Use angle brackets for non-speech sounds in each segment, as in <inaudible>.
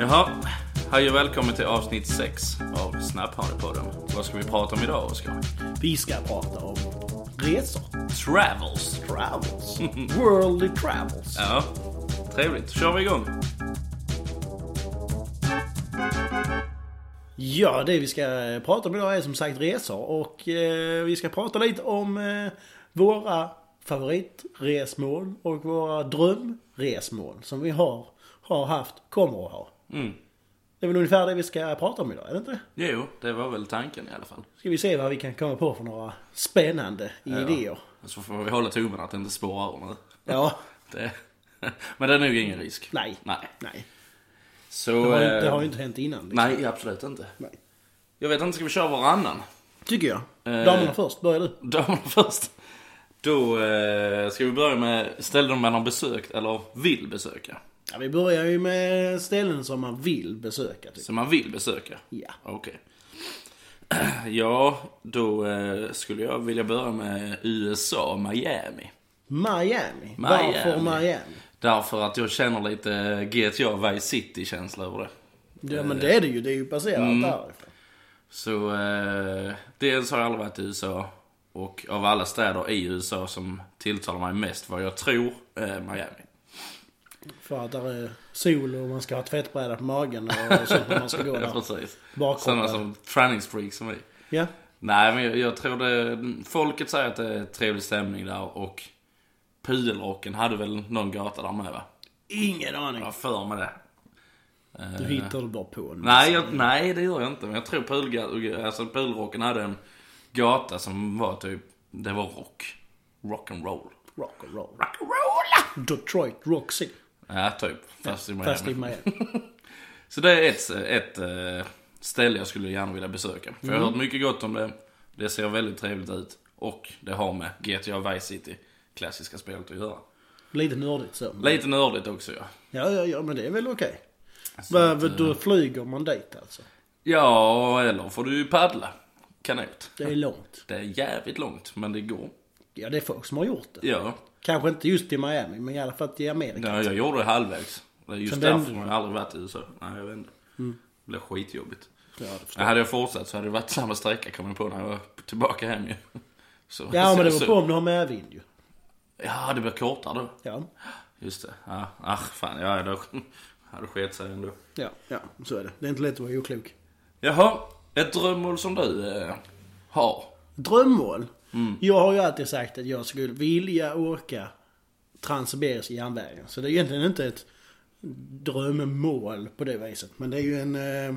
Jaha, hej och välkommen till avsnitt 6 av Snapphanepodden. Vad ska vi prata om idag Oskar? Vi ska prata om resor. Travels! Travels. Worldly travels. Ja, trevligt. Då kör vi igång. Ja, det vi ska eh, prata om idag är som sagt resor. Och eh, vi ska prata lite om eh, våra favoritresmål och våra drömresmål som vi har, har haft, kommer att ha. Det är väl ungefär det vi ska prata om idag, är det inte? Jo, det var väl tanken i alla fall. Ska vi se vad vi kan komma på för några spännande idéer. Så Alltså, får vi hålla tummen att det inte spårar ur nu. Ja, Det... <laughs> Men det är nog ingen risk. nej. Nej. nej. Så... Det, har ju, det eh, har ju inte hänt innan. liksom. Nej, absolut inte. Nej. Jag vet inte, ska vi köra varannan? Tycker jag. Damerna först, börjar du. Damerna <laughs> först. Då eh, ska vi börja med ställen man har besökt eller vill besöka. Ja, vi börjar ju med ställen som man vill besöka. Typ. Som man vill besöka? Ja. Okej. <clears throat> Ja, då eh, skulle jag vilja börja med USA, Miami. Miami. Varför Miami? Därför att jag känner lite GTA Vice City-känsla över det. Ja men det är det ju, det är ju baserat Mm. därifrån. Så eh, dels har jag aldrig varit i USA. Och av alla städer i USA som tilltalar mig mest vad jag tror, eh, Miami. För att där är sol och man ska ha tvättbräda på magen och sånt när man ska <laughs> gå Ja, där. precis. Bakom Samma där. som träningsfreak som vi. Ja. Nej, men jag, jag tror det... Folket säger att det är trevlig stämning där och Pudelrocken hade väl någon gata där med va? Ingen aning. Jag har för mig det. Du hittar det bara på. en. Nej, jag, nej, det gör jag inte. Men jag tror Pudelga- alltså, Pudelrocken hade en gata som var typ... Det var rock. Rock'n'roll. Rock and roll. Rock'n'roll! Detroit Rock City. Ja, typ. Fast i Miami. Fast i Miami. Så det är ett, ett eh, ställe jag skulle gärna vilja besöka. För Mm. jag har hört mycket gott om det. Det ser väldigt trevligt ut. Och det har med GTA Vice City, klassiska spelet, att göra. Lite nördigt så. Lite nördigt också ja. Ja, ja, ja men det är väl okej. Alltså, Okay. Då flyger man dit alltså. Ja, eller får du ju paddla kanot. Det är långt. Det är jävligt långt, men det går. Ja det är folk som har gjort det. Ja, Kanske inte just i Miami men i alla fall i Amerika. ja jag gjorde det halvvägs. Det är just Sen därför vände Mm. man aldrig varit i USA. Nej, jag vände. Det blev skitjobbigt. Ja, det förstår jag. Hade jag fortsatt så hade det varit samma sträcka kom jag på när jag var tillbaka hem ju. Så, Ja men det så- beror på om du har medvind ju. Ja, det blir kortare då. Ja. Just det. Ja, ah, fan. Ja, det <laughs> hade skett sig ändå. ja, ja, så är det. Det är inte lätt att vara oklok. Jaha, ett drömmål som du eh, har. Drömmål. Jag har ju alltid sagt att jag skulle vilja åka Transsibiriska järnvägen. Så det är egentligen inte ett drömmål på det viset. Men det är ju en eh,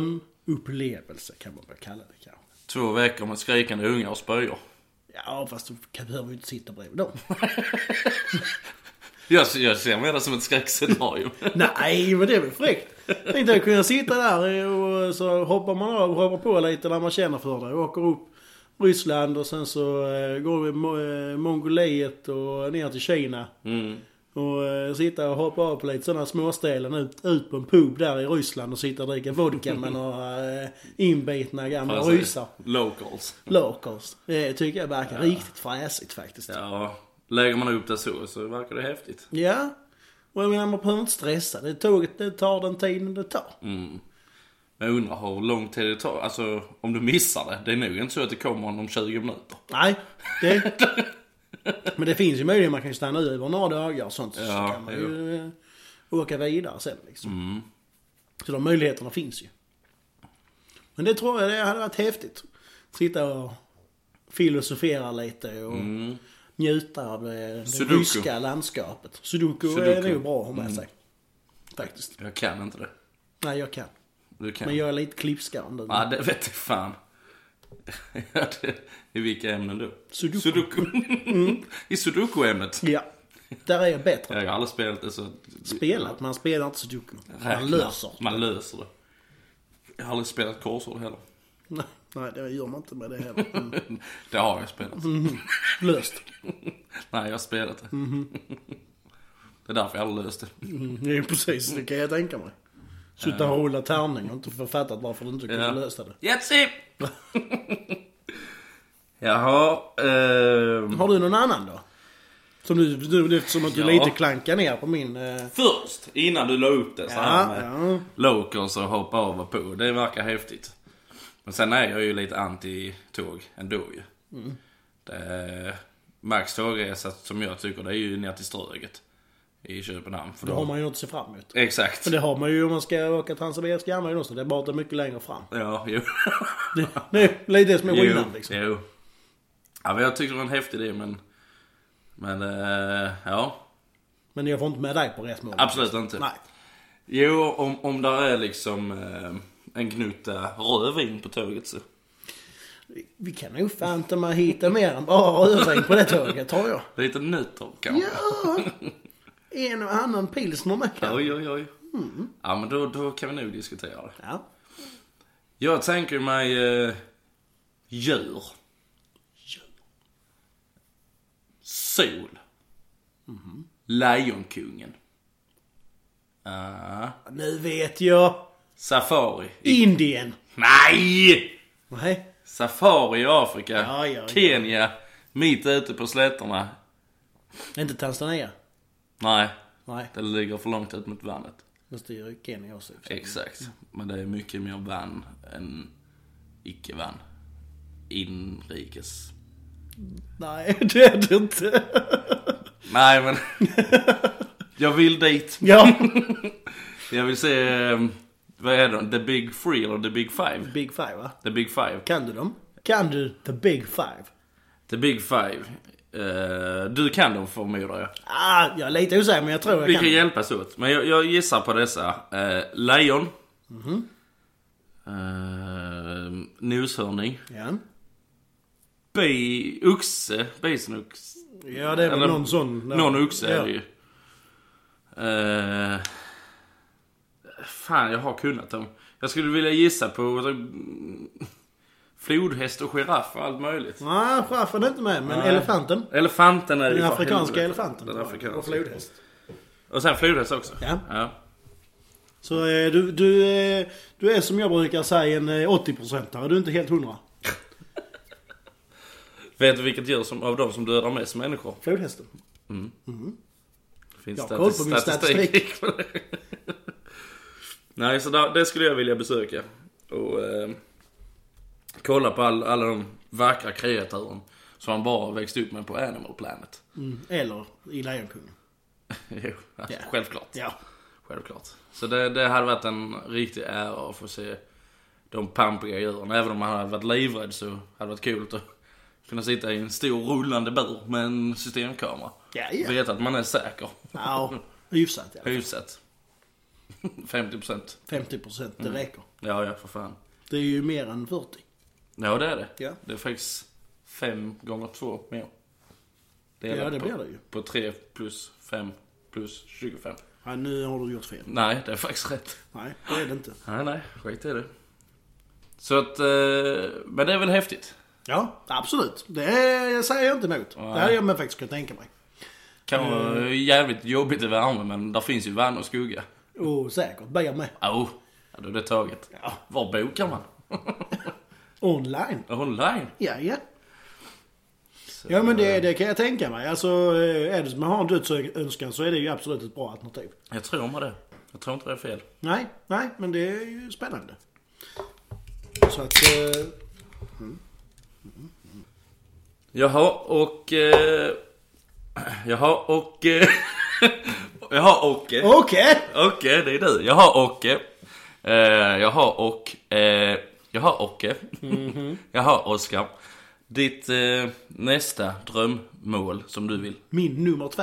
drömupplevelse kan man väl kalla det kanske. Två veckor med skrikande ungar och spyor. Ja fast du kan- behöver ju inte sitta bredvid dem. Jag, jag ser mer det som ett skräckscenario. Nej men det är väl fräckt. Tänkte jag kunna sitta där och så hoppar man av och hoppar på lite när man känner för det. Åker upp Ryssland och sen så eh, går vi Mo- eh, Mongoliet och ner till Kina. Mm. Och eh, sitta och hoppa av på lite sådana småställen ut, ut på en pub där i Ryssland och sitta och dricka <laughs> vodka med några eh, inbitna gamla Alltså, ryssar. Locals. Lakers. Det tycker jag verkar riktigt fräsigt faktiskt. Ja, lägger man upp det så så verkar det häftigt. Ja. Och jag menar man behöver inte stressa. Det tåget det tar den tiden det tar. Men jag undrar hur lång tid det tar. Alltså, om du missar det. Det är nog inte så att det kommer om 20 minuter. Nej, det... Men det finns ju möjlighet, man kan ju stanna över några dagar och sånt. Ja, Mm. så kan man ju eh, åka vidare sen liksom. Så de möjligheterna finns ju. Men det tror jag det hade varit häftigt. Sitta och filosofera lite och njuta av eh, det, det Mm. Sudoku. ryska landskapet. Sudoku, Sudoku. Mm. är nog bra att ha med sig. Faktiskt. Jag kan inte det. Nej, jag kan. Du kan. Men jag är lite klipskare än du. Ja, det vet jag fan. <laughs> Ja, det- I vilka ämnen då? Sudoku. Mm. <laughs> I sudoku-ämnet. Ja, där är jag bättre. Jag har aldrig spelat det så... Spelat, man spelar inte sudoku. Räknar. Man löser. Man löser det. Jag har aldrig spelat korsord heller. Nej, nej, det gör man inte med <laughs> det heller. Mm. Det har jag spelat. Löst. Nej, jag har spelat det. Mhm. <laughs> Det är därför jag aldrig löst det. Mm, det är precis, det kan jag tänka mig. Suttit och rullat tärning och inte författat varför du inte kunde Ja. lösa det. Jetsi! <laughs> Jaha, ehm... Har du någon annan då? Som du, du eftersom att du Ja. lite klankar ner på min... Eh, Först, innan du la upp det så här ja, med ja. locals och hoppa av och på. Det verkar häftigt. Men sen är jag ju lite anti-tåg ändå ju. Mm. Det, Max tågresa som jag tycker det är ju ner till Ströget. I Köpenhamn. För Då då- har man ju något att se fram emot. Exakt. Men det har man ju om man ska åka Transsibiriska järnvägen också. Det är bara att det är mycket <laughs> längre fram. Ja, jo. Det, det är lite det som är jo, skillnaden liksom. jo. Ja, men jag tyckte det var en häftig idé men... Men, eh, ja. Men jag får inte med dig på resmålet. Absolut inte. Nej. Jo, om, om där är liksom eh, en gnutta rödvin på tåget så. Vi- Vi kan nog fan inte man hitta mer än bara rödvin på det tåget, <laughs> tror jag. Lite nötter kanske. Ja! En och annan pilsner med kanske. Oj, oj, oj. Mm. Ja, men då, då kan vi nog diskutera det. Ja. Jag tänker mig eh, djur. Sol. Mm-hmm. Lejonkungen. Ah. Nu vet jag. safari. Indien. Nej! Nej. Safari i Afrika. Ja, ja, ja. Kenya. Mitt ute på slätterna. Inte Tanzania. Nej, Nej. det ligger för långt ut mot vandet. Måste ju Kenya också. i och för sig. Exakt. Men det är mycket mer vann än icke-vann. Inrikes. Nej, <laughs> det är det inte. Nej men. <laughs> Jag vill dit. Ja. Jag vill se, eh, vad är de? The Big Three eller The Big Five? Big Five va? The Big Five. Kan du dem? Kan du the Big Five? The Big Five. Eh, du kan dem förmodar jag. Ah, jag är lite osäker men jag tror jag Vi kan. kan hjälpas åt. Men jag, jag gissar på dessa. Eh, lejon. Mhm. Eh, noshörning. Ja. Bi... Oxe. Bisonux. ja, det är väl Eller- någon sån. där. Någon oxe är det Ja. ju. Eh, fan, jag har kunnat dem. Jag skulle vilja gissa på mm, flodhäst och giraff och allt möjligt. Nej, giraffen är inte med men Nej. elefanten. Elefanten är ju Den för afrikanska helvete. elefanten. Den afrikanska. Och flodhäst. Och sen flodhäst också. Ja. ja. Så eh, du, du, eh, du är som jag brukar säga en eh, 80-procentare. Du är inte helt 100. Vet du vilket djur som, av dem som dödar mest människor? Flodhästen. Finns Jag har koll på min statistik. på det. <laughs> Nej, så där, det skulle jag vilja besöka. Och eh, kolla på all, alla de vackra kreaturen som man bara växt upp med på Animal <laughs> Planet. Mm. Eller i Lejonkungen. jo, alltså, Ja. självklart. Ja. Självklart. Så det, det hade varit en riktig ära att få se de pampiga djuren. Även om man hade varit livrädd så hade det varit kul att kunna sitta i en stor rullande bur med en systemkamera. Ja, ja. Veta att man är säker. Ja, hyfsat ja. <laughs> Hyfsat. 50%. 50% det räcker. Ja, ja för fan. Det är ju mer än 40. Ja, det är det. Ja. Det är faktiskt 5 gånger 2 mer. Ja, är det på, blir det ju. På 3 plus 5 plus 25. Ja, nu har du gjort fel. Nej, det är faktiskt rätt. Nej, det är det inte. Nej, nej. Skit i det. Så att, eh, men det är väl häftigt. Ja, absolut. Det är- säger jag inte emot. Det hade jag men faktiskt kunnat tänka mig. Kan Mm. vara jävligt jobbigt i värme, men där finns ju värme och skugga. Och säkert Bayer med. Au! Ja, då är det taget. Ja. Var bokar man? <laughs> Online. Online? Ja, ja. Ja men det, det kan jag tänka mig. Alltså eh, är det som man har en dödsönskan så är det ju absolut ett bra alternativ. Jag tror med det. Jag tror inte det är fel. Nej, nej men det är ju spännande. Så att... eh, Jaha, och... Eh, jaha, och... Eh, <laughs> jaha, och... Eh, Okej! och eh, det är du. Jaha, och... Eh, eh, jaha, och... Eh, jaha, och... Eh, <laughs> jaha, Oskar. Ditt eh, nästa drömmål som du vill. Min nummer två.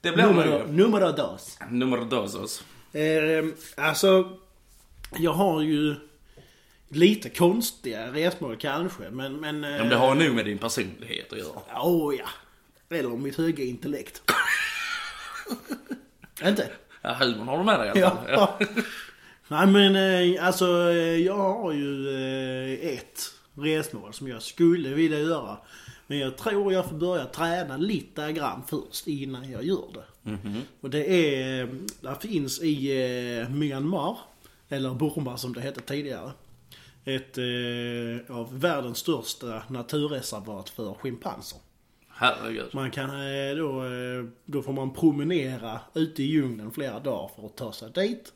Det Nummer, nummer dos. Nummer dos. oss. Eh, alltså, jag har ju lite konstiga resmål kanske, men... men eh, Ja, men det har nog med din personlighet att göra. åh, ja. Eller mitt höga intellekt. <laughs> Inte? Ja, humorn har du med dig i alla fall. <laughs> Ja. <laughs> Nej men eh, alltså, eh, jag har ju eh, ett resmål som jag skulle vilja göra. Men jag tror jag får börja träna lite grann först innan jag gör det. Och det är, eh, där finns i eh, Myanmar, eller Burma som det hette tidigare. Ett eh, av världens största naturreservat för schimpanser. Herregud. Man kan eh, då, eh, då får man promenera ute i djungeln flera dagar för att ta sig dit.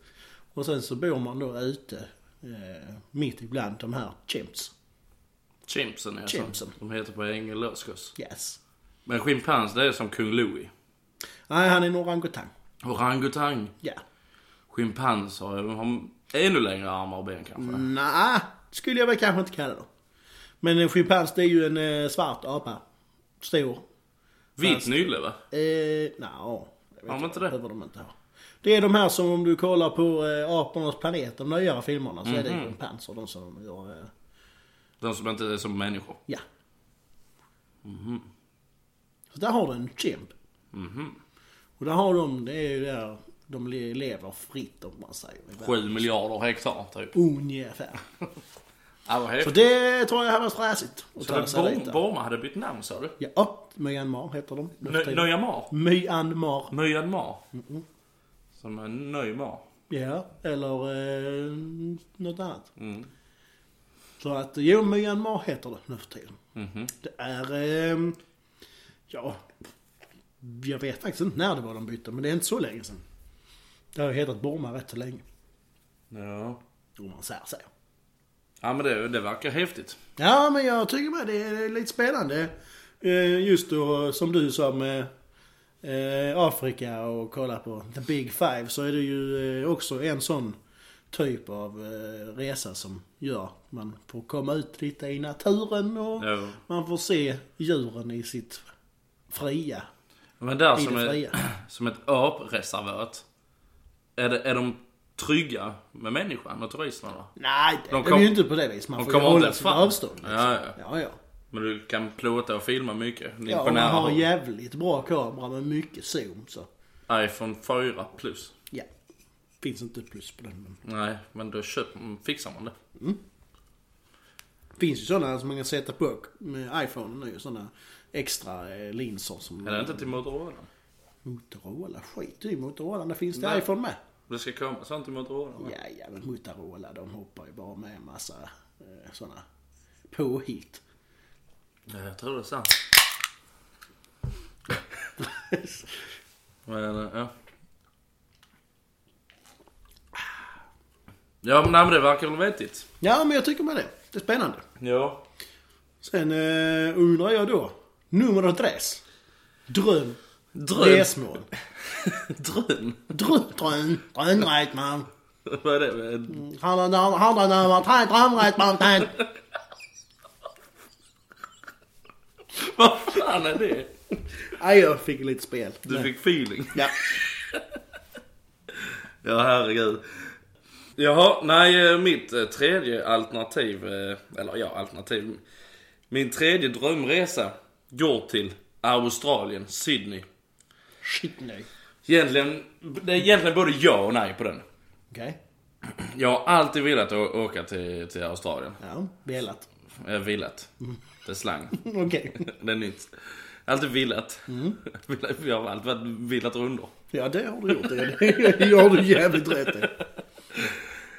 Och sen så bor man då ute eh, mitt ibland de här chimps. Chimpsen är Chimpsen. De heter på engelskos. Yes. Men schimpans det är som kung Louis. Nej, han är en orangutang. Orangutang. Ja. Schimpanser har ännu längre armar och ben kanske. Mm. Nej, skulle jag väl kanske inte kalla det. Men en schimpans det är ju en eh, svart apa. Stor. Vitt fast- nylle va? Eh, nja. jag vet Har man inte det? Behöver de inte ha. Det är de här som om du kollar på eh, Apornas planet, de nyare filmerna, så är Mhm. det schimpanser. De som gör... Eh, De som inte är som människor. Ja. Mhm. Så där har du en chimp. Mhm. Och där har de, det är ju där de le- lever fritt om man säger. i världen. 7 miljarder hektar typ. Ungefär. Ja, vad Så häftigt. det tror jag hade varit fräsigt att Så ta sig dit. det- där. Burma hade bytt namn sa du? Ja, Myanmar heter de. nu för Ny- tiden. Myanmar? Myanmar. Myanmar? Som en Neymar? Ja, eller eh, något annat. Mm. Så att, jo, Myanmar heter det nu för tiden. Mhm. Det är... ehm, ja... Jag vet faktiskt inte när det var de bytte, men det är inte så länge sedan. Det har ju hetat Burma rätt så länge. Ja. Om man säger så. Ja men det, det verkar häftigt. Ja, men jag tycker med det är lite spännande. Eh, Just då, som du sa med eh, Afrika och kolla på the big five så är det ju eh, också en sån typ av eh, resa som gör att man får komma ut lite i naturen och Ja. man får se djuren i sitt fria. Men där I det som, är, fria. <clears throat> som ett apreservat. Är, det, är de trygga med människan och turisterna? Nej, det, De det är kom- ju inte på det viset. Man de får ju kommer hålla inte sitt fram. avstånd. liksom. Ja, ja. ja. ja. Men du kan plåta och filma mycket. Ni Ja, på och nära man har håll. en jävligt bra kamera med mycket zoom så. iPhone 4 plus. Ja. Finns inte plus på den men. Nej, men då köper, fixar man det. finns ju sådana som man kan sätta på med iPhone nu. Sådana extra eh, linser som... Är det inte till Motorola? Motorola? Skit i Motorola. Där finns det Nej. iPhone med. Det ska komma sånt till Motorola? va? Ja, ja, men Motorola de hoppar ju bara med en massa eh, sådana påhitt. Ja, jag tror det är sant. Men, eh, ja. Ja, men, nej, men det verkar väl vettigt. Ja, men jag tycker med det. Det är spännande. Ja. <laughs> Sen eh, undrar jag då. Nummer och dress. Dröm. Drön. Resmål. Drön? Dröm. Dröm. Drömrätt man. Vad är det? Drömrätt man. Vad fan är det? Nej, jag fick lite spel. Du fick feeling. Ja. Ja, herregud. Jaha, nej, eh, mitt eh, tredje alternativ, eh, eller ja, alternativ. Min tredje drömresa går till Australien, Sydney. Shit nej. Egentligen, det är egentligen både ja och nej på den. Okej. Jag har alltid velat å- åka till, till Australien. Ja, velat. Jag velat. Det är slang. Okej. Det är nytt. Jag har alltid velat. Mm. <laughs> Jag har alltid varit velat under. Ja, det har du gjort. Det det har du jävligt rätt i.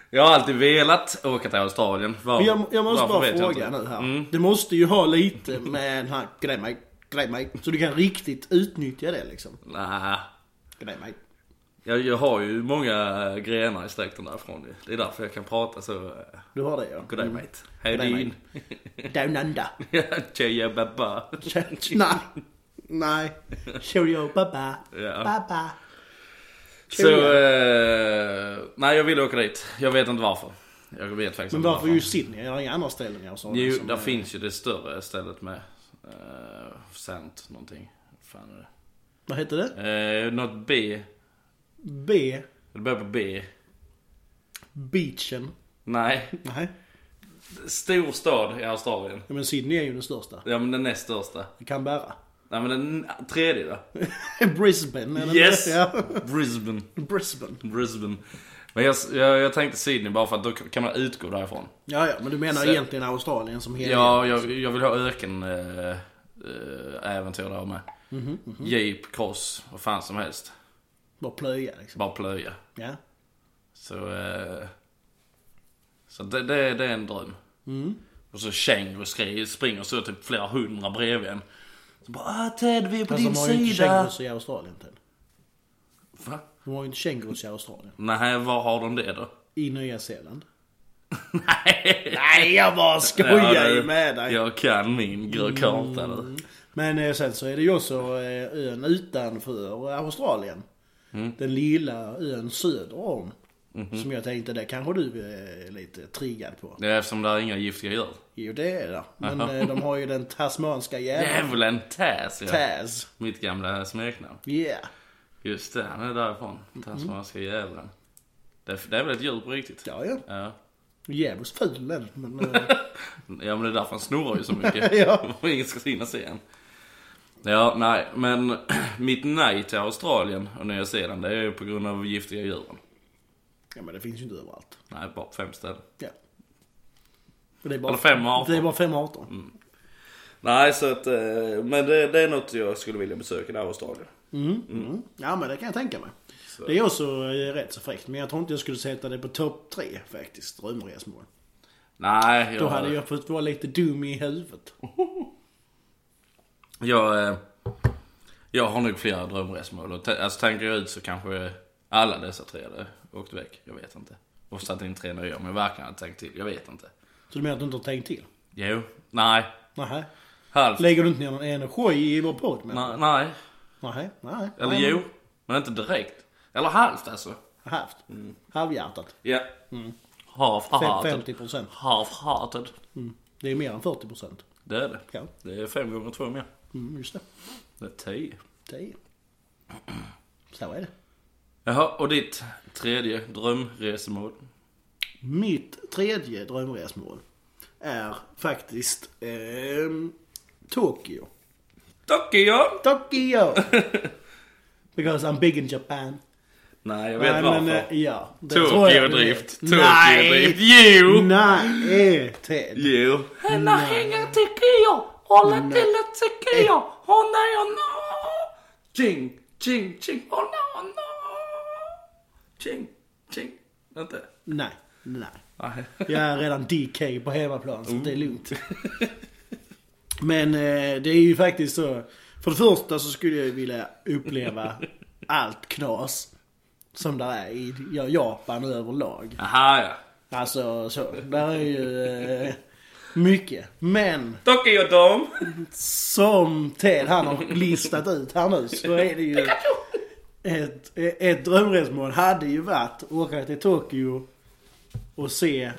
Jag har alltid velat åka till Australien. Var, Men jag, jag måste varför vet bara jag fråga inte. Mm. nu här. Det måste ju ha lite med den här grej mig, grej mig. Så du kan riktigt utnyttja det liksom. Nej. Grej mig. Jag, jag har ju många eh, grenar i släkten därifrån ju. Det är därför jag kan prata så... eh, Du har det ja. Goddag Mm. mate. Hej Goddag, din. Down under. <laughs> Tjeja baba. Nej. Nej. Cheerio baba. Ja. Baba. Så... Eh, nej jag vill åka dit. Jag vet inte varför. Jag vet faktiskt Men inte varför just Sydney? Jag har inga andra ställen jag sa. Jo, som eh, där är- finns ju det större stället med. Uh, Sant någonting. Vad fan är det? Vad heter det? Eh, något B. B. Det börjar på B. Beachen. Nej. Nej. Stor stad i Australien. Ja, men Sydney är ju den största. Ja men den näst största. Canberra. Nej men den tredje då. <laughs> Brisbane. eller? Yes! Ja. <laughs> Brisbane. Brisbane. Brisbane. Men jag, jag, jag tänkte Sydney bara för att då kan man utgå därifrån. Ja, ja, men du menar Så- egentligen Australien som helhet? Ja, jag, jag vill ha öken eh, eh, äventyr där med. Mhm, Jeep, cross, vad fan som helst. Bara plöja liksom. Bara plöja. Ja. Så, eh, så det, det, det är Mm. en dröm. Och så kängurus skri- springer så typ flera hundra bredvid en. Så bara ah, Ted vi är på Fast din Alltså, de har ju inte sida. kängurus i Australien Ted. Va? De har ju inte kängurus i Australien. Nej, var har de det då? <laughs> I Nya Zeeland. Nej! Nej jag bara Ja, skojar ju du, med dig. Jag kan min grå karta nu. Men eh, sen så är det ju också eh, ön utanför Australien. Mm. Den lilla ön söder om. Mhm. Som jag tänkte, det kanske du eh, är lite triggad på. Det är eftersom det är inga giftiga djur. Jo det är det. Men eh, de har ju den tasmanska jäveln. Djävulen Taz ja. Taz. Mitt gamla smeknamn. Yeah. Just det, han är därifrån. Mm. Tasmanska djävulen. Det, det är väl ett djur på riktigt? Ja ja. Ja. Djävulskt ful den. <laughs> Men, eh, Ja men det är därför han snorar ju så mycket. <laughs> Ja. <laughs> Och ingen ska hinna se han. Ja, nej, men <clears throat> mitt nej till Australien och Nya Zeeland det är ju på grund av giftiga djuren. ja men det finns ju inte överallt. Nej, bara på fem ställen. Ja. Och Det är, Eller fem Mm. arter. det är bara fem arter. Nej, så att, eh, men det, det är något jag skulle vilja besöka där i Australien. Mm. Ja men det kan jag tänka mig. Det är också eh, rätt så fräckt. Men jag tror inte jag skulle sätta det på topp tre faktiskt. Drömresmål. Nej, jag, Då hade jag fått vara lite dum i huvudet. jag, eh, jag har nog flera drömresmål. Och t- alltså, tänker jag ut så kanske alla dessa tre hade åkt väck. Jag vet inte. Och satt in tre nya om jag verkligen hade tänkt till. Jag vet inte. Så du menar att du inte har tänkt till? Jo, nej. Nähä. Halvt. Lägger du inte ner någon energi i vår podd? men- Nej, nej. Nähä. Nej. Eller Nej. jo, men inte direkt. Eller halvt alltså. Halvt. Halvhjärtat. Ja. Mm. Half hearted. 50%. Half hearted. Det är mer än 40%. Det är det. Ja. Det är fem gånger två mer. Mm, just det. Det är tio. Det är... Så är det. Jaha, och ditt tredje drömresemål? Mitt tredje drömresmål är faktiskt ehm, Tokyo. Tokyo! <laughs> Tokyo! Because I'm big in Japan. Nej, jag vet varför. men, eh, ja, det tror jag du Tokyo-drift. vet. Nej. Tokyo-drift. Jo! Nej, eh, Ted. Jo. Henne hänger tycker jag, håller till det tycker jag. Hon är jag nå. Ching, ching, ching. Oh no, no. Ching, ching. Vänta. Nej, nej. Nej. Jag är redan DK på hemmaplan så det är lugnt. Men eh, det är ju faktiskt så. För det första så skulle jag vilja uppleva allt knas. Som där är i ja, Japan överlag. Aha, ja. Alltså så. Där är ju eh, mycket. Men Tokyo-dom. som Ted han har listat ut här nu så är det ju ett, ett drömresmål hade ju varit att åka till Tokyo och se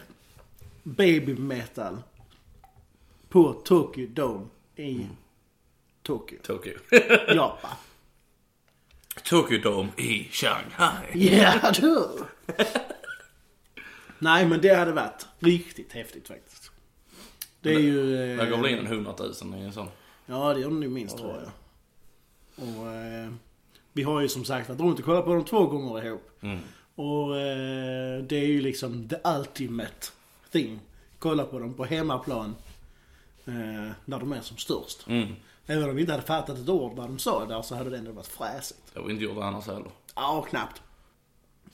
baby metal på Tokyo Dome i Tokyo, Tokyo. Japan. Tokyo-dom i Shanghai. Ja du! Nej men det hade varit riktigt häftigt faktiskt. Det är ju... eh, Jag går väl in en hundratusen i en sån. Ja, det gör den ju minst tror jag. Och eh, vi har ju som sagt varit runt och kollat på dem två gånger ihop. Mm. Och eh, det är ju liksom the ultimate thing. Kolla på dem på hemmaplan. Eh, när de är som störst. Mm. Även om vi inte hade fattat ett ord vad de sa där så hade det ändå varit fräsigt. Jag har inte gjort det annars heller. Ja, knappt.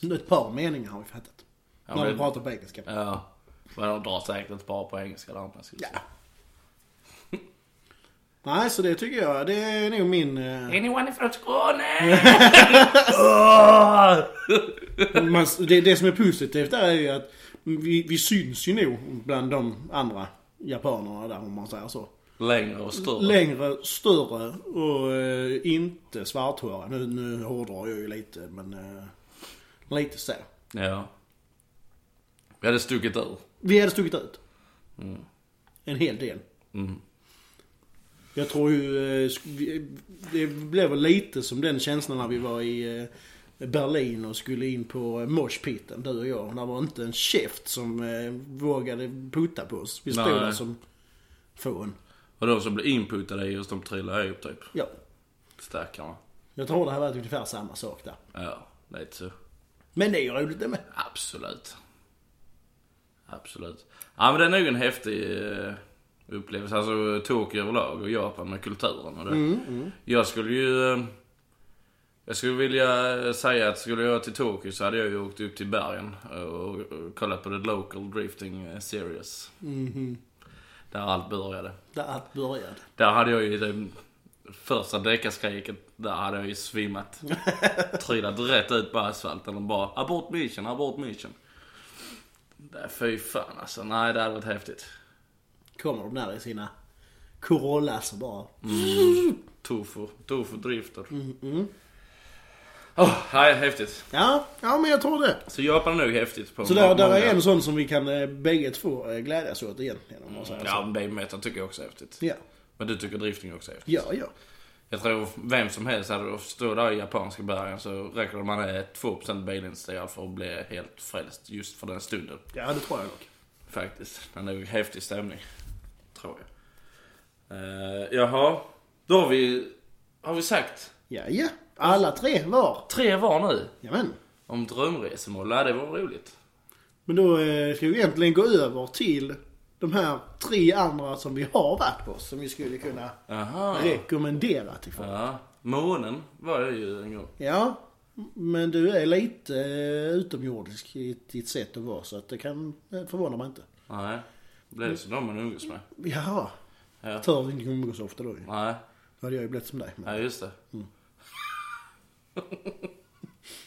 Ett par meningar har vi fattat. Ja, när men- de pratar på engelska. Ja. Men de drar säkert bara på engelska där. om jag skulle Ja. säga. Nej, så det tycker jag. Det är nog min... Eh, Anyone från Skåne? Man, det, det som är positivt där är ju att vi, vi syns ju nog bland de andra japanerna där om man säger så. <laughs> Längre och större. Längre, större och eh, inte svarthåriga. Nu, nu hårdrar jag ju lite men eh, lite så. ja. Vi hade stuckit ur. Vi hade stuckit ut. En hel del. Mm. Jag tror ju eh, sk- vi- det blev väl lite som den känslan när vi var i eh, Berlin och skulle in på eh, moshpiten du och jag. Där var inte en käft som eh, vågade putta på oss. Vi stod Nej. där som fån. Och de som blev inputade i oss, de trillade ihop typ. Ja, Stackarna. jag tror det här var ungefär samma sak där. Ja, lite så. Men det är ju roligt det med. Absolut. Absolut. Ja men det är nog en häftig eh, upplevelse. Alltså Tokyo överlag och Japan med kulturen och det. Jag skulle ju... eh, Jag skulle vilja säga att skulle jag till Tokyo så hade jag ju åkt upp till bergen och, och, och kollat på The Local Drifting eh, Series. Där allt började. Där allt började. Där hade jag ju... eh, Första deckarskriket, där hade jag ju <laughs> svimmat. Trillat rätt ut på asfalten och bara abort mission, abort mission. Nej, Fy fan alltså, nej det hade varit <laughs> häftigt. Kommer de där i sina Corollas och bara... Tofu, tofu drifter. Åh, nej häftigt. Ja, ja men jag tror det. Så Japan är nog häftigt på Så där, där många- är en sån som vi kan eh, bägge två eh, glädjas åt egentligen om man säger Ja, så. men baby metal tycker jag också är häftigt. Ja. Men du tycker drifting också är häftigt. Ja, ja. Jag tror vem som helst hade stått där i japanska bergen så räcker det om man är 2% bilinställd för att bli helt frälst just för den stunden. Ja, det tror jag nog. Faktiskt. Det är nog häftig stämning. Tror jag. Uh, jaha. Då har vi... Har vi sagt? Ja, ja. Alla tre var. Tre var nu. Jajamän. Om drömresmål. Ja, det var roligt. Men då eh, ska vi egentligen gå över till de här tre andra som vi har varit på. Som vi skulle kunna Aha. rekommendera till folk. Ja. Månen var jag ju en gång. Ja, men du är lite eh, utomjordisk i ditt sätt att vara så att det kan eh, förvåna mig inte. Nej. Det blev så de man umgås med. Jaha. Ja. Tur att vi inte umgås ofta då ju. Nej. Då hade jag ju blivit som dig. Men... Ja, just det. <laughs>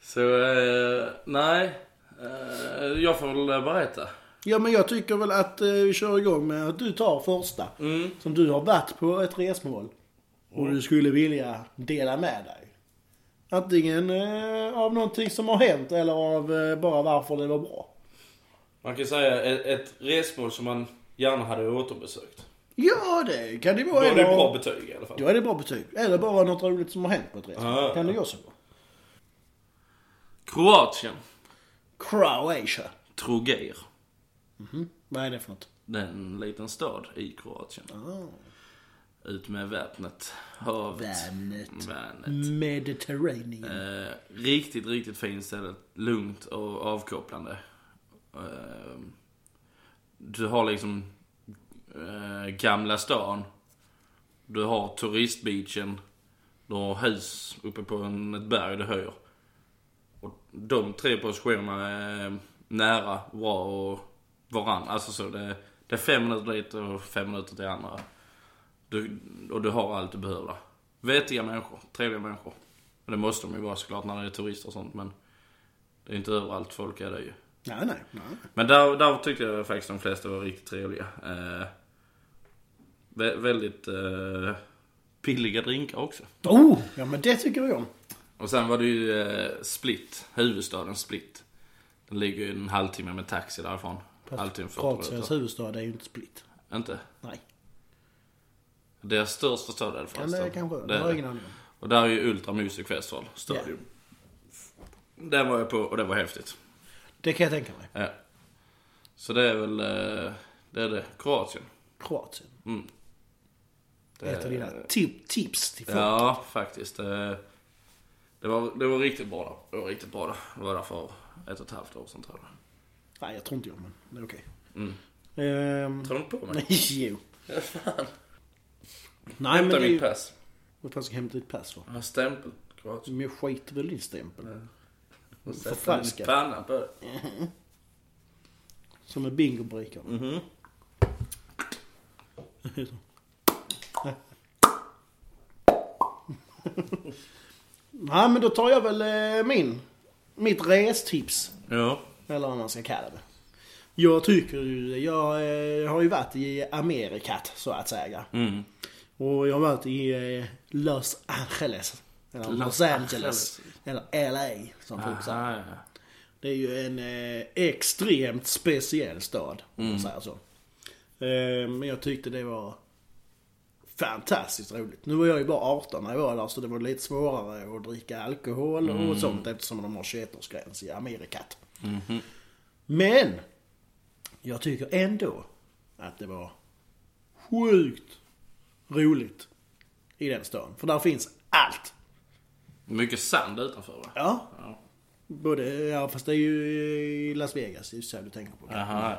så, eh, nej. Eh, jag får väl berätta. Ja men jag tycker väl att eh, vi kör igång med att du tar första. Mm. Som du har varit på ett resmål. Och du skulle vilja dela med dig. Antingen eh, av någonting som har hänt eller av eh, bara varför det var bra. Man kan säga ett, ett resmål som man gärna hade återbesökt. Ja det kan det Då vara. är det eller- bra betyg i alla fall. Då är det bra betyg. Eller bara något roligt som har hänt på ett resmål. Ja, ja, Kan det också vara. Kroatien. Croatia. Trogir. Vad är det för något? Det är en liten stad i Kroatien. Ut med vattnet. Havet. Vämnet. Vattnet. Mediterranean. Eh, riktigt, riktigt fint ställe. Lugnt och avkopplande. Eh, du har liksom eh, Gamla stan. Du har turistbeachen. Du har hus uppe på en, ett berg du höjer. Och de tre positionerna är nära, bra och varann. Alltså så det, det är fem minuter dit och fem minuter till andra. Du, och du har allt du behöver. Vettiga människor, trevliga människor. Men det måste de ju vara såklart när det är turister och sånt men det är inte överallt folk är det ju. Nej, nej, nej. Men där, där tyckte jag faktiskt de flesta var riktigt trevliga. Eh, vä- väldigt eh, billiga drinkar också. Oh! Ja men det tycker vi om. Och sen var det ju eh, Split, huvudstaden Split. Den ligger ju en halvtimme med taxi därifrån. Halvtimme 40 Kroatiens minuter. huvudstad är ju inte Split. Inte? Nej. Deras största stad är det Kan det förresten. kanske? alltså, Det Det är har jag det. ingen aning om. Och där är ju Ultra Music Festival, stadion. Den var jag på och det var häftigt. Det kan jag tänka mig. Ja. Så det är väl, eh, det är det. Kroatien. Kroatien. Mm. Det är ett av dina tip, tips till folk. Ja, faktiskt. Det, det, var, det var riktigt bra där. Det var riktigt bra där. Det var där för ett och ett halvt år sedan tror jag. Nej, jag tror inte jag men det är okej. Ehm, Mm. Tror du inte på mig? <laughs> nej, jo. Nej, men Hämta det är mitt ju... pass. Vad fan ska jag hämta ditt pass för? Jag har stämpel. Kroatien. Men jag skiter väl i din stämpel. Sätta Förfalskad. en panna på det. Som en bingobricka. Mhm. <laughs> Nej, men då tar jag väl eh, min. Mitt restips. Ja. Eller vad man ska kalla det. Jag tycker ju, jag eh, har ju varit i Amerikat så att säga. Mm. Och jag har varit i eh, Los Angeles. Eller Los Los Angeles. Angeles. Eller LA som folk säger. Aha, ja. Det är ju en eh, extremt speciell stad, om man säger så. Eh, men jag tyckte det var fantastiskt roligt. Nu var jag ju bara 18 när jag var där, så det var lite svårare att dricka alkohol och sånt eftersom de har 21-årsgräns i Amerikat. Men! Jag tycker ändå att det var sjukt roligt i den staden. För där finns allt. Mycket sand utanför va? Ja. Ja. Både, ja fast det är ju i Las Vegas, det är så här du tänker på. Aha, ja.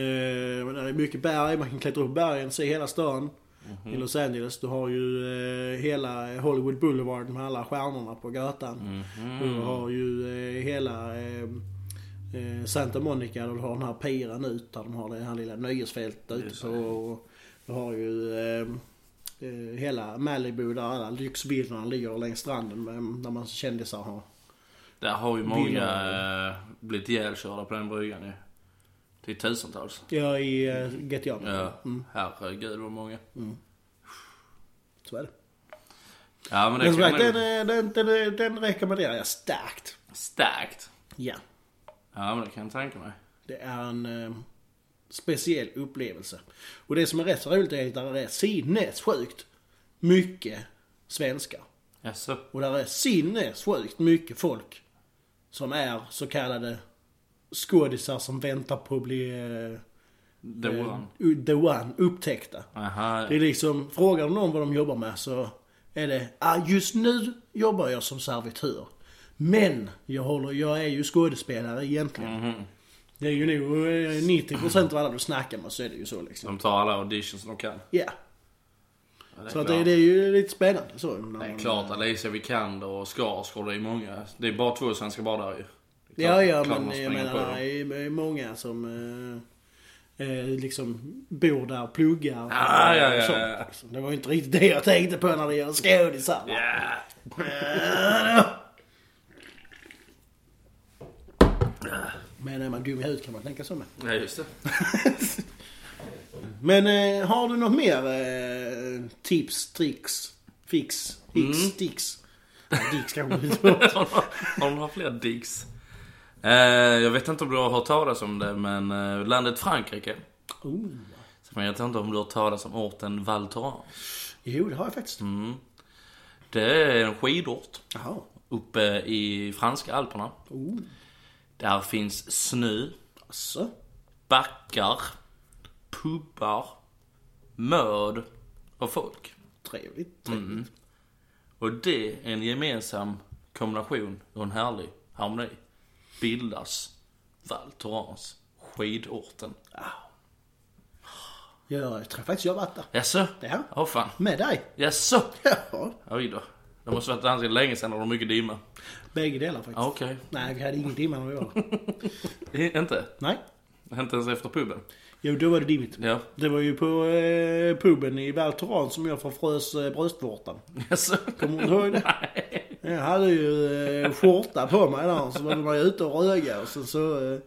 Eh, men det är mycket berg, man kan klättra upp bergen, se hela stan. I Los Angeles, du har ju eh, hela Hollywood Boulevard med alla stjärnorna på gatan. Du har ju eh, hela eh, eh, Santa Monica där du har den här piren ut där de har det här lilla nöjesfältet ute på. Och Du har ju eh, eh, hela Malibu där alla lyxbilarna ligger längs stranden med, där man kändisar har. Där har ju många eh, blivit ihjälkörda på den bryggan ju. Det är tusentals. Ja, i eh, Get Young. Ja, Mm. herregud vad många. Så är det. Ja men det Men kan som sagt, man ju- den, eh, den, den, den rekommenderar jag starkt. Starkt. Ja. Ja men det kan jag tänka mig. Det är en eh, speciell upplevelse. Och det som är rätt så roligt är att där är sinnessjukt mycket svenskar. Jaså? Och där är sinnessjukt mycket folk som är så kallade skådisar som väntar på att bli eh, The one. eh, the one upptäckta. Aha. Det är liksom, frågar du någon vad de jobbar med så är det, ah, just nu jobbar jag som servitör. Men jag, håller, jag är ju skådespelare egentligen. Mhm. Det är ju nog eh, 90% av alla du snackar med så är det ju så liksom. De tar alla auditions de kan. Ja, Ja, det är så att det, klart. det är ju lite spännande så. när Det är man- klart, Alicia Vikander och Skarsgård, det är många. Det är bara två svenskar bara där ju. Det är Ja, klart- ja, klart man men jag springer på menar dem. det är det är många som eh, eh, liksom bor där, pluggar och Ah, ja, ja, sånt. ja. liksom. Det var inte riktigt det jag tänkte på när det gäller skådisar. va? Ja. Men är man dum i huvudet kan man tänka så med. Ja, just <laughs> det. <laughs> Men eh, har du något mer eh, tips, tricks, fix, x, <laughs> dix? Nej, Dix kanske blir svårt. Om de- om de har fler dicks. Eh, jag vet inte om du har hört talas om det, men eh, landet Frankrike. Oh. Så jag vet inte om du har hört talas om orten Val Thorens. Jo, det har jag faktiskt. Det är en skidort Jaha. uppe i franska alperna. Oh. Där finns snö, Alltså. backar, pubbar, möd och folk. Trevligt, trevligt. Och det är en gemensam kombination och en härlig harmoni. Bildas Val Thorens, skidorten. Ja, jag tror faktiskt jag har varit där. Jaså? Ja. Åh fan. Med dig. Jaså? Ja, Oj då. Det måste varit ganska länge sedan och det var mycket dimma. Ah, bägge delar faktiskt. Okej. Nej, vi hade ingen dimma när vi var där. I- Inte? Nej. Inte ens efter puben? Jo, då var det dimmigt. Ja. <laughs> Det var ju på eh, puben i Valtoran som jag förfrös eh, bröstvårtan. Jaså? Kommer du inte ihåg det? Jag hade ju eh, skjorta på mig där så var man ju ute och röga och sen så eh,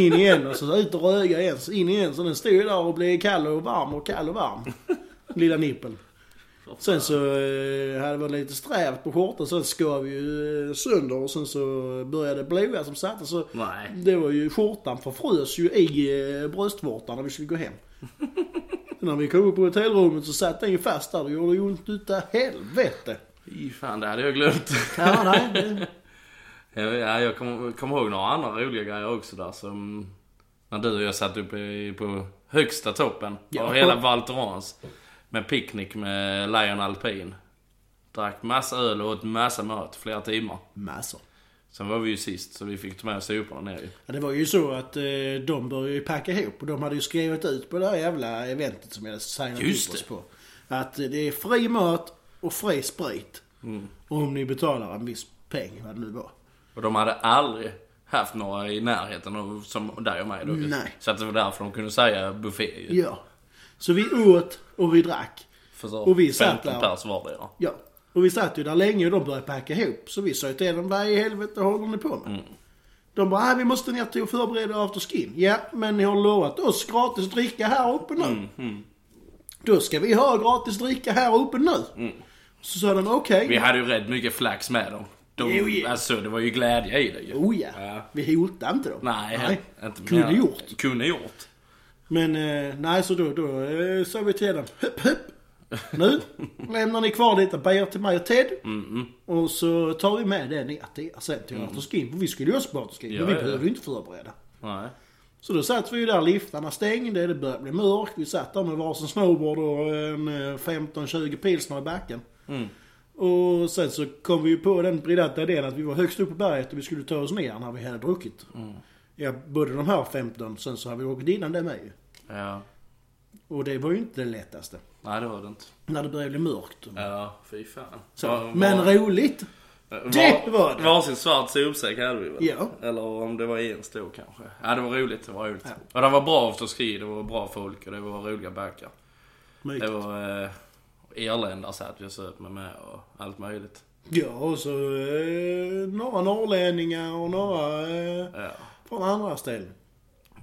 in igen och så ut och röga igen, så in igen. Så den stod ju där och blev kall och varm och kall och varm. Lilla nippeln. Sen så eh, hade man lite strävt på skjortan sen skav ju eh, sönder och sen så började det blöda som satte så Nej. det var ju skjortan förfrös ju i eh, bröstvårtan när vi skulle gå hem. Så när vi kom upp på hotellrummet så satt den ju fast där. Det gjorde ju ont utav helvete. Fy fan, det hade jag glömt. Ja, nej. det- Jag, ja, jag kommer kom ihåg några andra roliga grejer också där som... När du och jag satt uppe i, på högsta toppen Ja. av hela Val Thorens. Med picknick med Lion Alpin. Drack massa öl och åt massa mat flera timmar. Massor. Sen var vi ju sist så vi fick ta med soporna ner ju. Ja, det var ju så att eh, de började ju packa ihop och de hade ju skrivit ut på det här jävla eventet som jag hade signat Just upp oss det. på. Att eh, det är fri mat och fri sprit. Mm. Om ni betalar en viss peng, vad det nu var. Och de hade aldrig haft några i närheten av, som där jag med då. Nej. Så att det var därför de kunde säga buffé ju. Ja. Så vi åt och vi drack. För så Och vi satt 15 där. pers var det ja. Ja. Och vi satt ju där länge och de började packa ihop. Så vi sa ju till dem, vad i helvete håller ni på med? Mm. De bara, "Ah, vi måste ner till och förbereda afterskin. Ja, men ni har lovat oss gratis dricka här uppe nu. Mm, Då ska vi ha gratis dricka här uppe nu. Så sa de, okej. Mm. Vi hade ju rätt mycket flax med dem. De, Jo, ja. Alltså det var ju glädje i det ju. Oh ja. Ja. vi hotade inte dem. Nej, inte kunde mer. gjort. Kunde gjort. Men eh, nej, så då, då eh, sa vi till dem, höpp, höpp. Nu lämnar ni kvar lite bär till mig och Ted. Och så tar vi med det ner till er sen till afterskin. För vi skulle ju också på afterskin, Mm. Ja, men vi ja. behöver ju inte förbereda. Nej. Så då satt vi ju där, liftarna stängde, det började bli mörkt. Vi satt där med varsin snowboard och en eh, 15-20 pilsner i backen. Mm. Och sen så kom vi ju på den briljanta idén att vi var högst upp på berget och vi skulle ta oss ner när vi hade druckit. Mm. Ja, både de här 15, sen så har vi åkt innan det med ju. Ja. Och det var ju inte det lättaste. Nej det var det inte. När det började bli mörkt. Ja, fy fan. Så, Var- men var- roligt! det var det. Varsin svart sopsäck hade vi väl? Ja. Eller om det var en stor kanske. Ja det var roligt, det var roligt. Och det var bra afterski, det var bra folk och det var roliga backar. Det Mycket. var eh, irländare satt vi och söp med med och allt möjligt. Ja, och så eh, några norrlänningar och några eh, Ja. från andra ställen.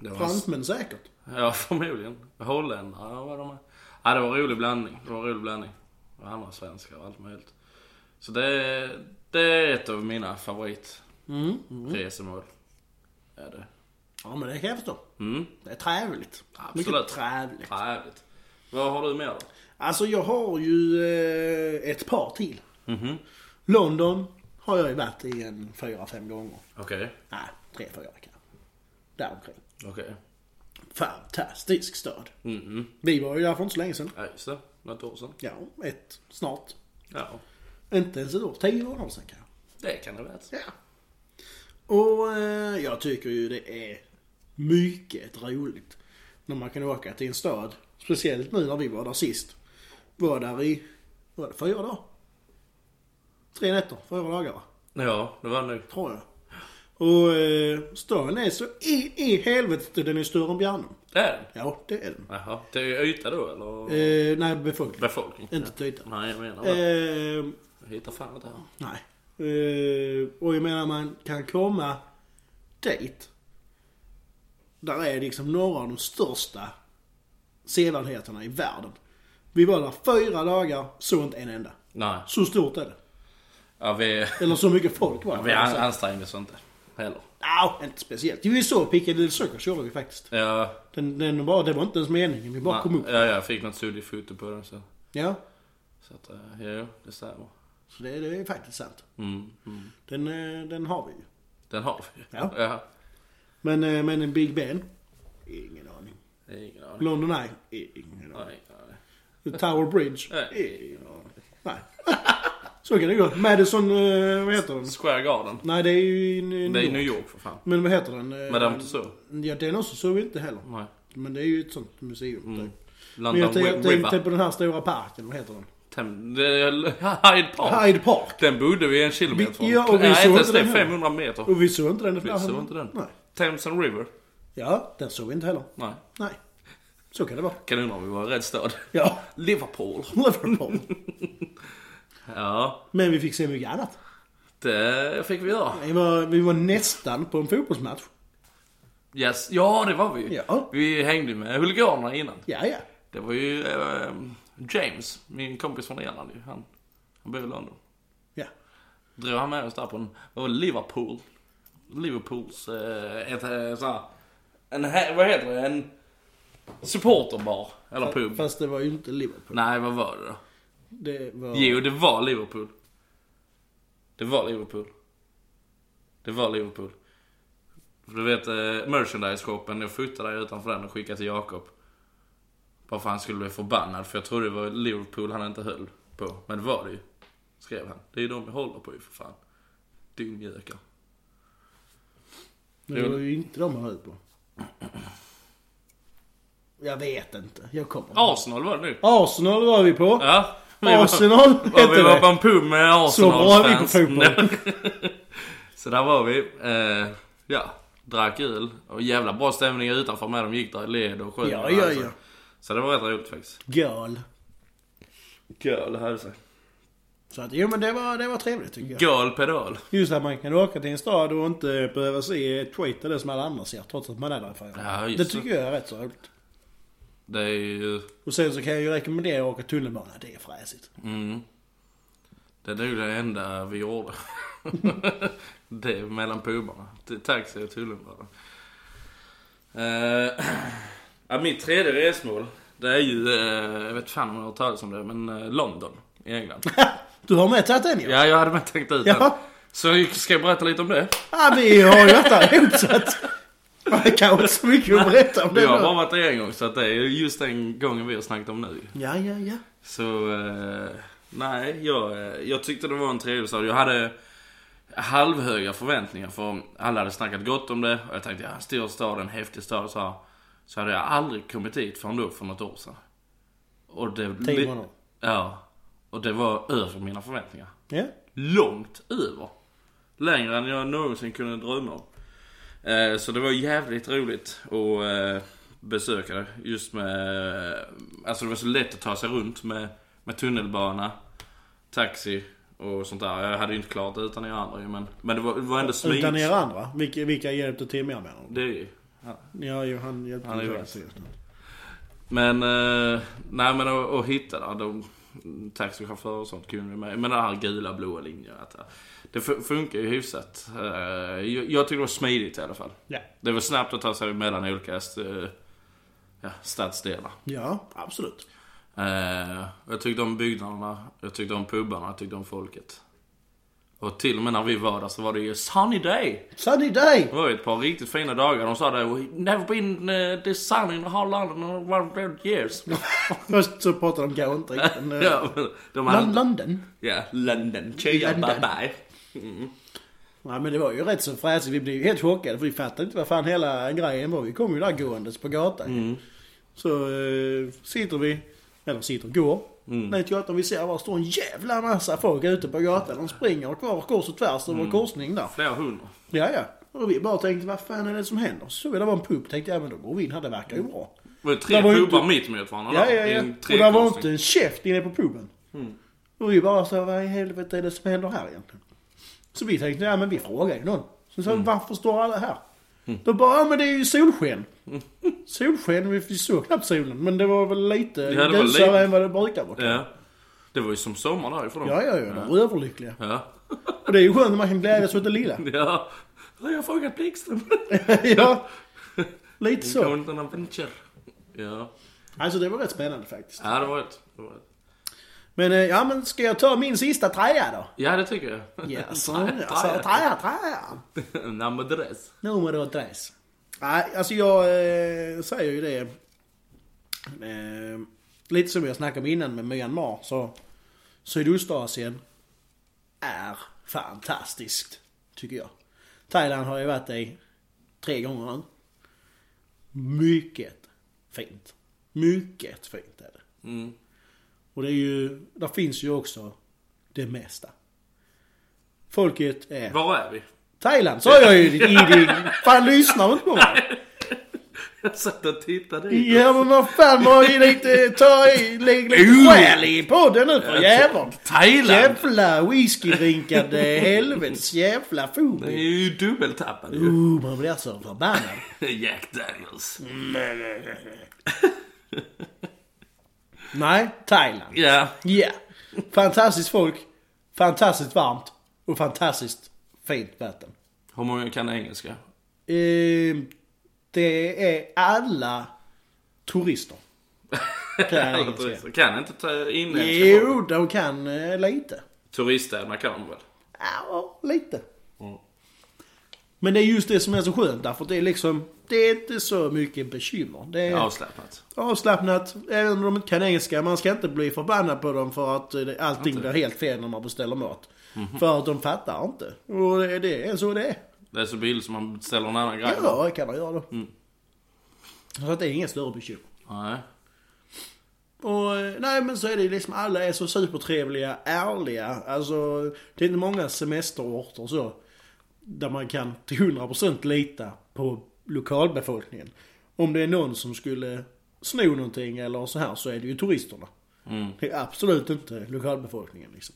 Det var Fransmän säkert. <laughs> Ja, förmodligen. Holländare var de med. Ja, det var en rolig blandning. Det var en rolig blandning. Och andra svenskar och allt möjligt. Så det, det är ett av mina Mm. favoritresemål. Är det. Ja, men det kan jag förstå. Mm, Det är trevligt. Mycket Absolut. trevligt. trevligt. Vad har du med då? Alltså jag har ju eh, ett par till. Mhm. London har jag ju varit i en fyra, fem gånger. Okej, Nej, tre, fyra kanske. Däromkring. okej. Fantastisk stad. Mm, Vi var ju där för inte så länge sedan. ja just det. Något år sedan. Ja, ett snart. Ja, Inte ens ett år. Tio månader sedan kanske. det kan det vara. Ja. Och eh, jag tycker ju det är mycket roligt. När man kan åka till en stad. Speciellt nu när vi var där sist. Var där i, vad var det, fyra dagar? Tre nätter, fyra dagar va? Ja, det var det nog. tror jag. Och eh, staden är så i, i helvete den är större än Bjärnum. Det är den. Ja, det är den. Jaha, det är yta då eller? Eh, nej, befolkning. Befolkning? Inte till ytan. Nej, jag menar det. Eh, Jag hittar fan inte här. nej. Eh, och jag menar man kan komma dit. Där är liksom några av de största sevärdheterna i världen. Vi var där fyra dagar, så inte en enda. Nej. Så stort är det. <laughs> Ja, vi, Eller så mycket folk var det. vi an- ansträngde oss inte heller. Nej, inte speciellt. Vi såg Piccadilly Circus gjorde vi faktiskt. Ja, Den, den var, det var inte ens meningen, vi bara kom upp. Ja, ja, jag fick något suddigt foto på den så. Ja, Så att, eh, ja, det stämmer. så det, det är faktiskt sant. Mm, mm. Den, eh, den har vi ju. Den har vi ju. Ja. ja. Men, eh, men en Big Ben? Ingen aning. Det är Ingen aning. London Eye? Ingen aning. Nej, ingen aning. Tower Bridge? Nej. Ingen aning. Nej. <laughs> Så kan det gå. Madison, eh, vad heter den? Square Garden. Nej, det är ju i New Det är York. i New York för fan. Men vad heter den? Eh, Men det var inte så. Ja, den också såg vi inte heller. Nej. Mm. Men det är ju ett sånt museum. Typ. Men London jag Wi- tänkte tänkte River. på den här stora parken, vad heter den? Tem- det är- Hyde Park. Hyde Park. Den bodde vi en kilometer Vi- från. ja, och vi Nej, såg inte ens inte det. den här. 500 meter. Och vi såg inte den. Vi såg inte den. Nej. Thamesen River. Ja, den såg vi inte heller. Nej. Nej. Så kan det vara. Kan undra om vi var i rätt stad. Ja. <laughs> Liverpool. Liverpool. Ja, Men vi fick se mycket annat. det fick vi göra. Vi var, vi var nästan på en fotbollsmatch. Yes. Ja, det var vi ju. Ja. Vi hängde med huliganerna innan. Ja, ja. Det var ju eh, James, min kompis från Irland ju. Han, han bor i London. Ja. Drog han med oss där på en, det var Liverpool. Liverpools, eh, ett eh, så här, en, he- vad heter det, en supporterbar. Eller pub. Fast det var ju inte Liverpool. Nej, vad var det då? Det var... Jo, det var Liverpool. Det var Liverpool. Det var Liverpool. För du vet eh, merchandise-shopen, jag fotade där utanför den och skickade till Jakob. Bara för han skulle bli förbannad, för jag trodde det var Liverpool han inte höll på. Men det var det ju. Skrev han. Det är ju de vi håller på ju för fan. Dyngjökar. Det var ju inte de han höll på. Jag vet inte. Jag kommer inte. Arsenal var det nu. Arsenal var vi på. Ja. <laughs> Arsenal var, hette vi var på det. en pub med Arsenal Så bra är vi på fotboll. <laughs> Så där var vi. Eh, ja, drack öl. Och jävla bra stämning utanför med. De gick där i led och sjöng. Ja, och ja, hade sig. ja. Så det var rätt roligt faktiskt. Göl. Göl hade sig. Så att, jo men det var, det var trevligt tycker jag. Göl pedal. Just att man kan åka till en stad och inte behöva se ett skit av det som alla andra ser trots att man är därifrån. Ja, just det det. tycker jag är rätt så roligt. Det är ju... Och sen så kan jag ju rekommendera att åka tunnelbana. Det är fräsigt. <laughs> Mm, det är nog det enda vi gjorde. <laughs> det är mellan pubarna. Det är Taxi och tunnelbana. Eh, <clears throat> ja, mitt tredje resmål. Det är ju, eh, jag vet fan om jag har hört talas om det, men eh, London i England. Du har med tagit den ju. Ja, jag hade med tänkt ut den. Jaha. Så jag ska jag berätta lite om det? Ja, vi har ju <laughs> detta ihop så att... Man kan inte så mycket att berätta om det Jag har bara då. varit där en gång, så att det är just den gången vi har snackat om nu. Ja, ja, ja. Så, eh, nej, jag, eh, jag tyckte det var en trevlig stad. Jag hade halvhöga förväntningar för alla hade snackat gott om det. Och jag tänkte, ja, en stor stad, en häftig stad och så här. Så hade jag aldrig kommit dit förrän då för något år sedan. Och det... Tio månader. Ja. Och det var över mina förväntningar. Ja. långt över. Längre än jag någonsin kunde drömma om. Eh, Så det var jävligt roligt att eh, besöka det. Just med... Alltså det var så lätt att ta sig runt med Med tunnelbana, taxi och sånt där. Jag hade ju inte klart det utan er andra ju, men, men det var, det var ändå smyg. Utan er andra? Vilka, vilka hjälpte till mer menar du? Det är ju... Ja, ju han hjälpte Han är till ju också just nu. Men, eh, nej men att, att hitta där, de, taxichaufförer och sånt kunde med. Men den här gula blåa linjen. Att, eh, det fu- funkar ju hyfsat. Eh, jag, jag tycker det var smidigt i alla fall. Ja. Det var snabbt att ta sig mellan olika eh, ja, stadsdelar. ja, absolut. Eh, och jag tyckte om byggnaderna, jag tyckte om pubarna, jag tyckte om folket. Och till och med när vi var där så var det ju sunny day. Sunny day! Det var ju ett par riktigt fina dagar. De sa det, "We've never been uh, this sunny in the whole London in 100 years. Först <laughs> så pratade de gå inte riktigt. men, eh, <laughs> ja, men de hade Lon- inte- London? Ja, London. Tja, London. bye bye. Nej men det var ju rätt så fräsigt. Vi blev ju helt chockade för vi fattade inte vad fan hela grejen var. Vi kom ju där gåendes på gatan. Mm. Så eh, sitter vi, eller sitter, går. Mm. Ner till gatan vi ser bara står en jävla massa folk ute på gatan. De springer kvar kors och tvärs över Mm. korsning där. Flera hundra. Ja ja. Och vi bara tänkte vad fan är det som händer? Så såg vi det var en pub. Tänkte jag men då går vi in här. Det verkar ju bra. Det var ju tre Det var ju pubar inte- mitt emot varandra Ja, där, ja, i ja. en Mm. Och där var trekorsning. inte en käft inne på puben. Och vi bara så, vad i helvete är det som händer här egentligen? Så vi tänkte, ja men vi frågar ju någon. Så Mm. sa vi, varför står alla här? Då bara, ja men det är ju solsken. Mm. Solsken, vi vi såg knappt solen. Men det var väl lite det var ljusare lite. än vad det brukar vara. Ja. Det var ju som sommar därifrån. Ja, ja, ja. De var överlyckliga. Ja. <laughs> Och det är ju skönt när man kan glädjas åt det lilla. Ja. Jag har frågat Blixten. ja. Lite <laughs> så. Golden Adventure. Ja. Alltså det var rätt spännande faktiskt. Ja, det var ett. Det var ett. Men eh, ja, men ska jag ta min sista trea då? Ja, det tycker jag. <laughs> Ja, så, Trea, alltså, trea. trea, trea. Nummer dress. Nummer tres. Nej, alltså jag eh, säger ju det. Eh, lite som jag snackade om innan med Myanmar så Sydostasien är fantastiskt, tycker jag. Thailand har jag varit i tre gånger nu. Mycket fint. Mycket fint är det. Och det är ju, där finns ju också det mesta. Folket är... Var är vi? <laughs> Thailand sa jag ju ditt idiot. Fan lyssnar du inte på mig? Jag satt och tittade dit. Ja men vad fan var det lite, ta i, lägg lite själ i podden nu för jäveln. Thailand! Jävla whiskydrinkande helvetes jävla Det är fågel. ju dubbeltappad ju. Oh, man blir så förbannad. <laughs> Jack Daniels. Nej, Thailand. Ja. Ja. Fantastiskt folk, fantastiskt varmt och fantastiskt fint vatten. Hur många kan engelska? Eh, det är alla turister. <laughs> Kan jag engelska. kan inte ta in engelska? Jo, de kan eh, lite. Turiststäderna kan väl? Ja, lite. Mm. Men det är just det som är så skönt därför att det är liksom, det är inte så mycket bekymmer. Det är Avslappnat. avslappnat, även om de inte kan engelska. Man ska inte bli förbannad på dem för att eh, det- allting blir helt fel när man beställer mat. För att de fattar inte. Och det är, det är så det är. Det är så billigt som man beställer en annan grej. Ja, det kan man göra då. Så att det är inget större bekymmer. Nej. Och eh, nej men så är det ju liksom, alla är så supertrevliga, ärliga. Alltså det är inte många semesterorter så. Där man kan till 100% lita på lokalbefolkningen. Om det är någon som skulle sno någonting eller så här så är det ju turisterna. Det är absolut inte lokalbefolkningen liksom.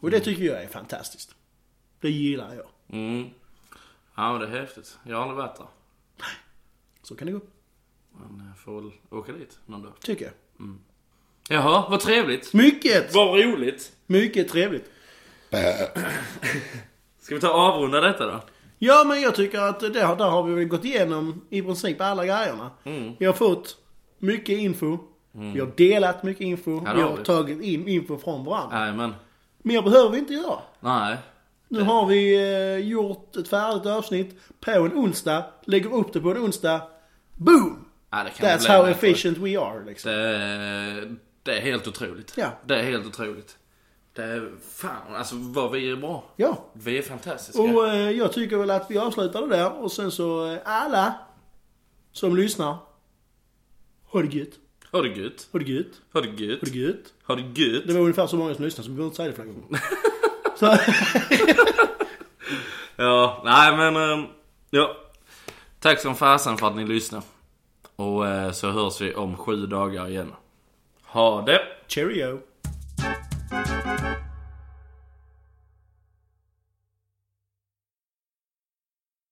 Och det tycker jag är fantastiskt. Det gillar jag. Mm. Ja, men det är häftigt. Jag har aldrig varit där. Så kan det gå, Men jag får väl åka dit någon dag. tycker jag. Jaha, vad trevligt. Mycket, Vad roligt. mycket trevligt. Ska vi ta och avrunda detta då? Ja men jag tycker att det, där har vi väl gått igenom i princip alla grejerna. Mm. Vi har fått mycket info. Vi har delat mycket info. Ja, det vi har har vi. tagit in info från varandra. Jajamän. Mer behöver vi inte göra. Nej. Nu har vi eh, gjort ett färdigt avsnitt på en onsdag. Lägger upp det på en onsdag. Boom! Ja, det kan That's bli how bättre. efficient we are liksom. Det är, det är helt otroligt. Ja. Det är helt otroligt. Det är fan, alltså vad vi är bra. Ja. Vi är fantastiska. Och eh, jag tycker väl att vi avslutar det där och sen så eh, alla som lyssnar. Ha det gött. Har det gött. Ha det gött. Har det gött. Ha det gött. Har det gött. Det var ungefär så många som lyssnade så vi behöver inte säga det flera gånger. Så, Ja, nej men... ehm, Ja. Tack som fasen för att ni lyssnade. Och eh, så hörs vi om sju dagar igen. Ha det! cheerio!